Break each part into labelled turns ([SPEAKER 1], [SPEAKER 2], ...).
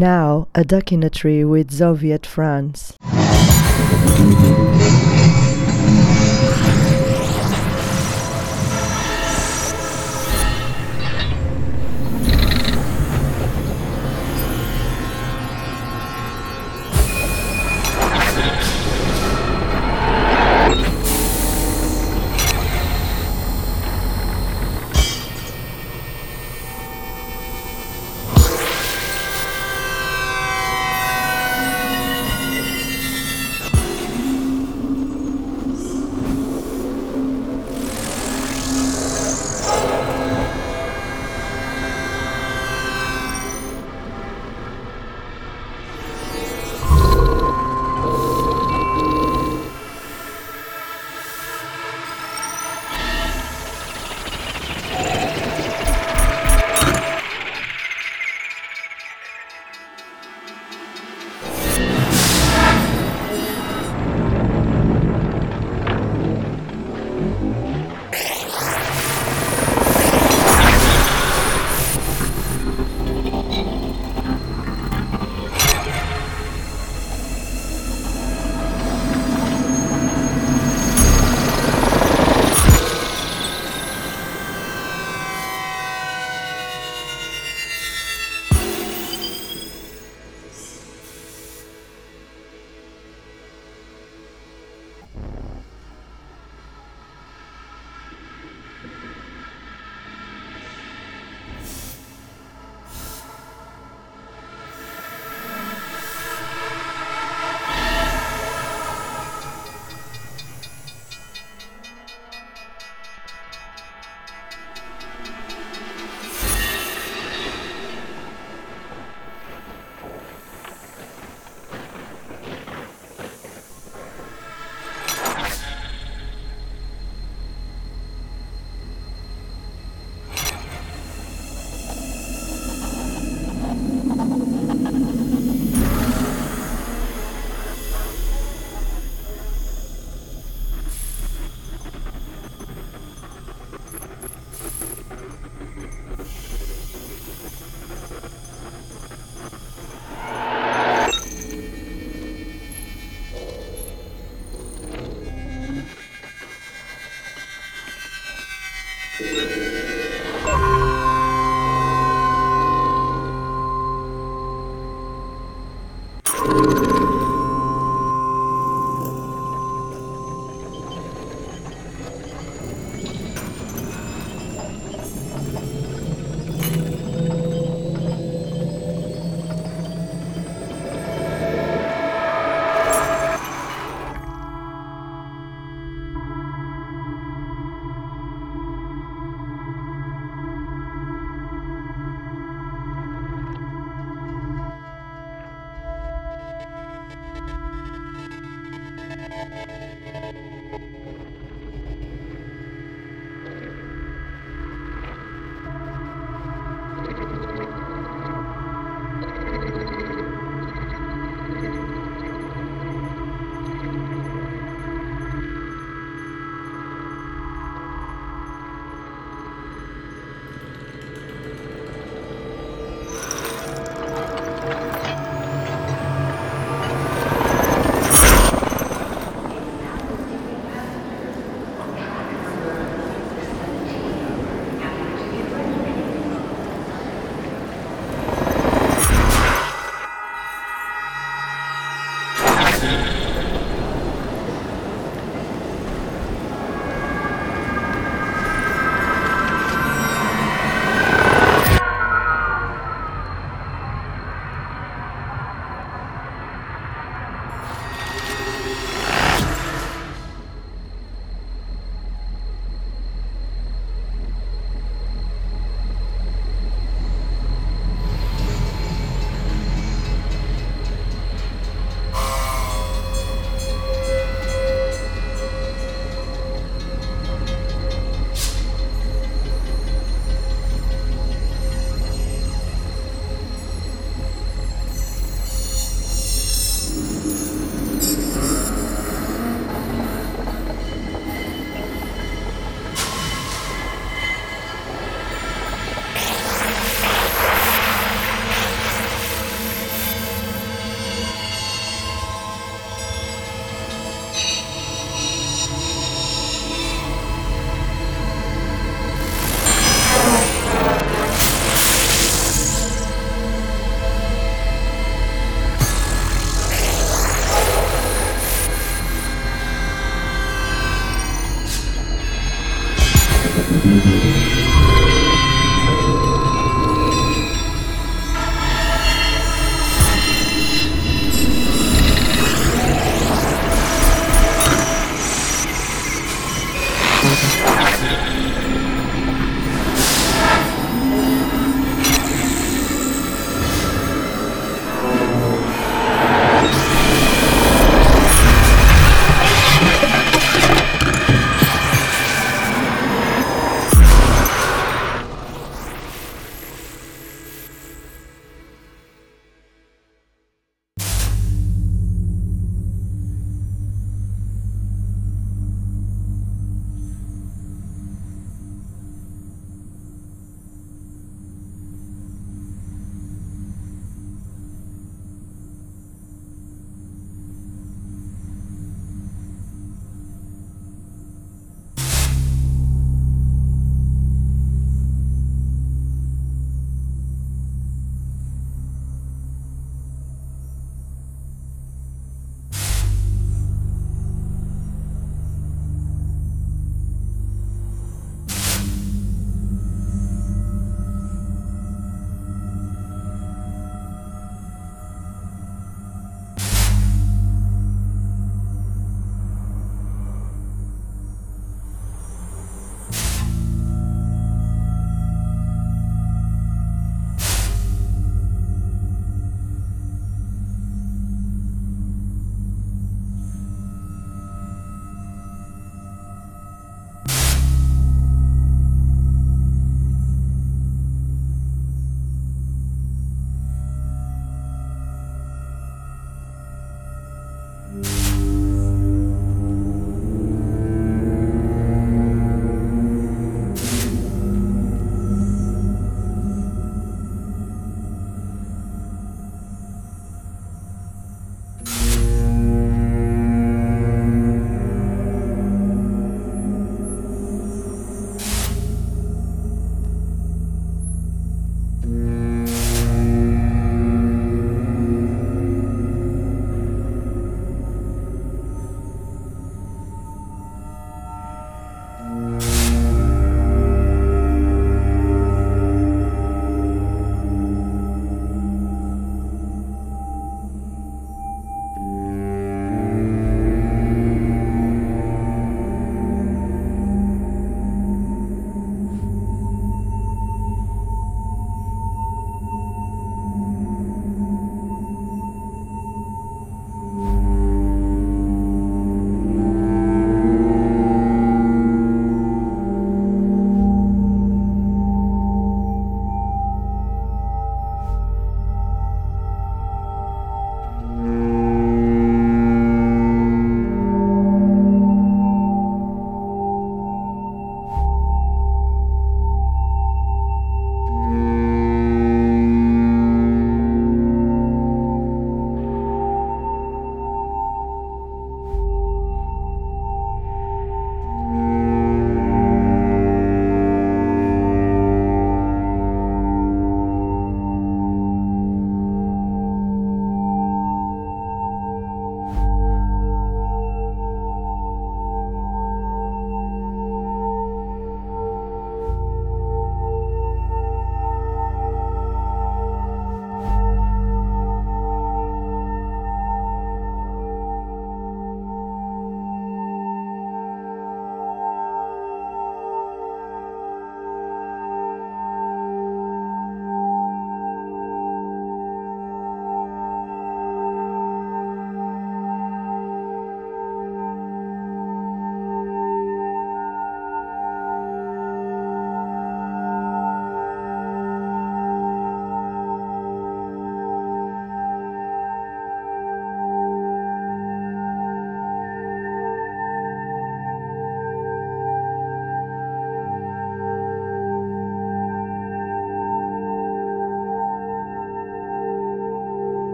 [SPEAKER 1] Now, a documentary with Soviet France.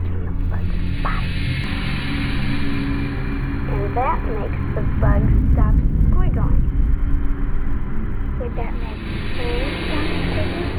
[SPEAKER 2] bite. And that makes the bug stop squiggling. Would that make me stop squiggling?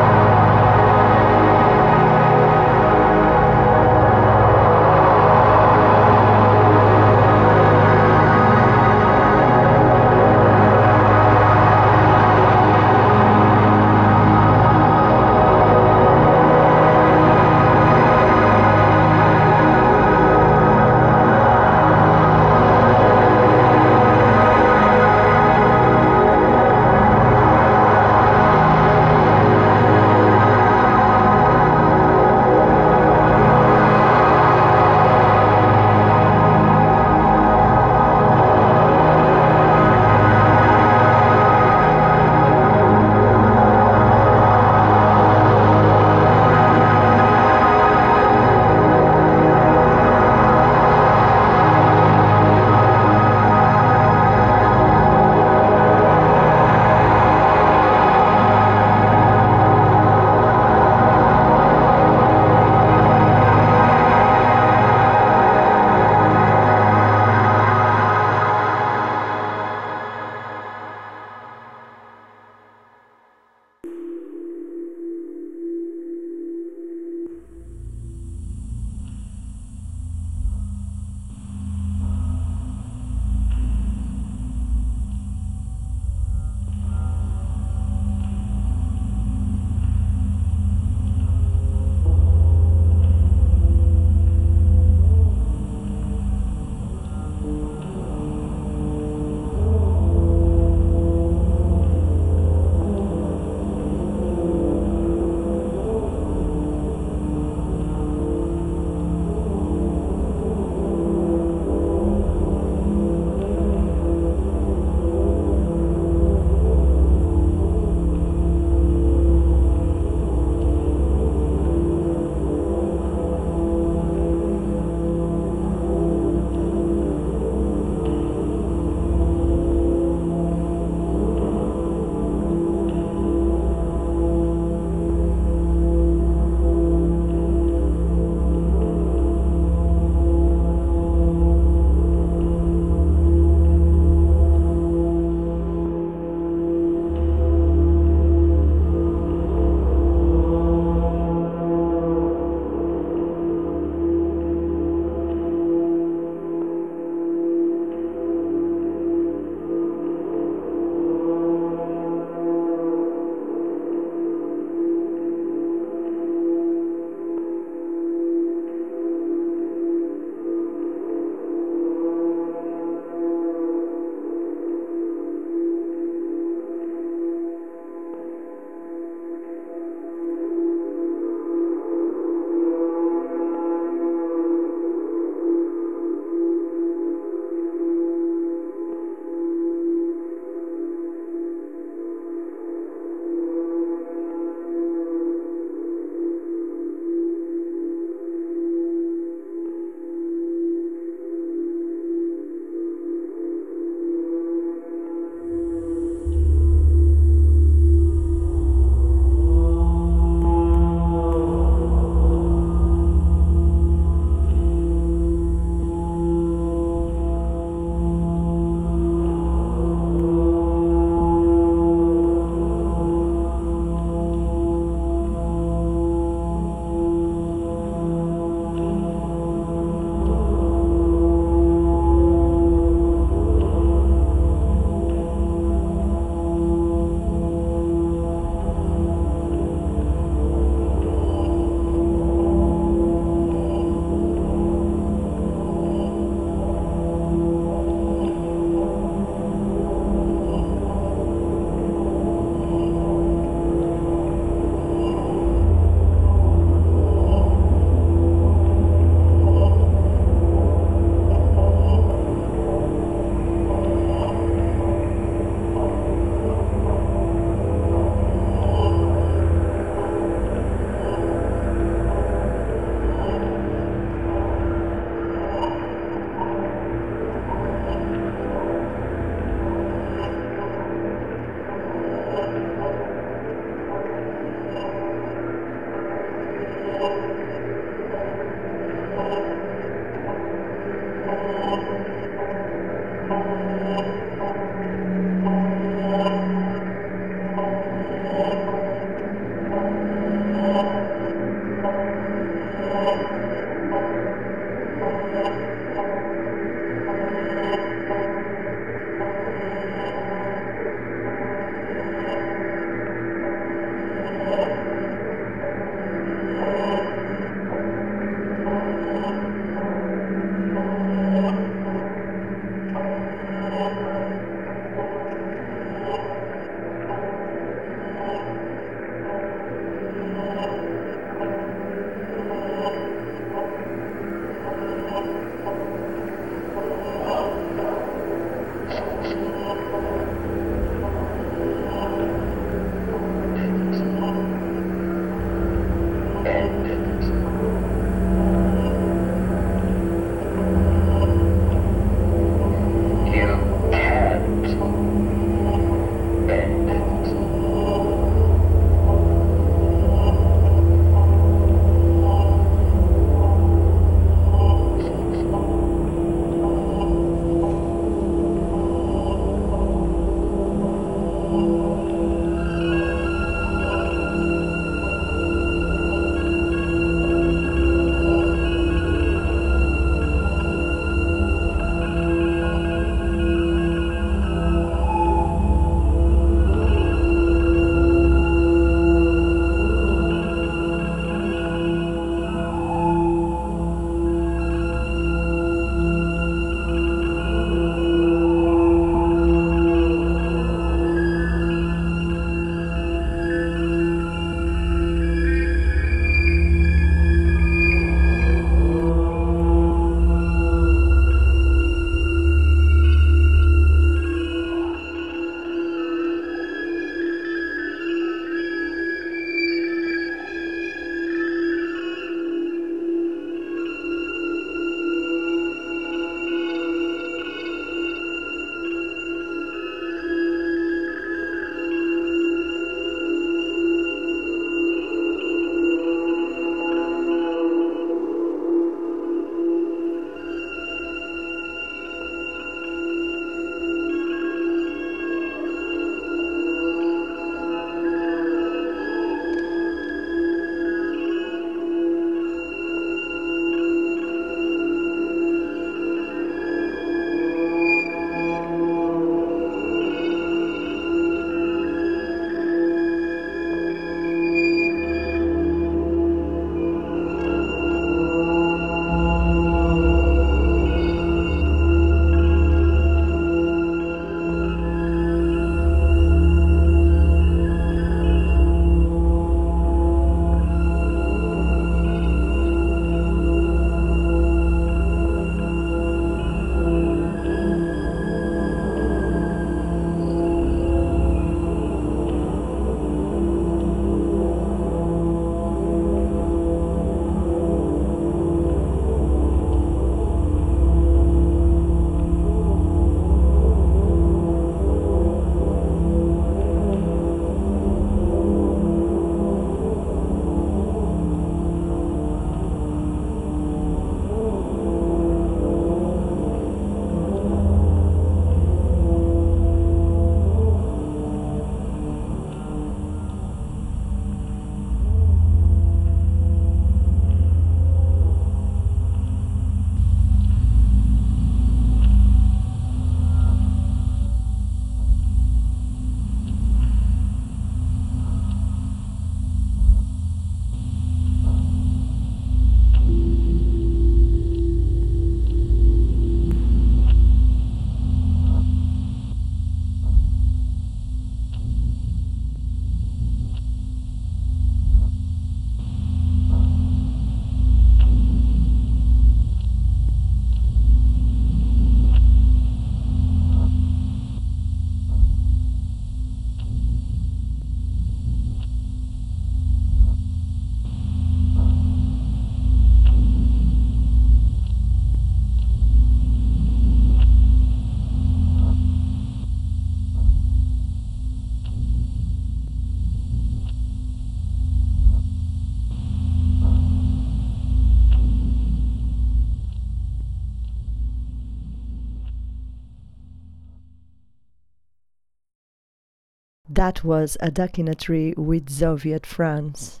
[SPEAKER 1] That was a duck in a tree with Soviet France.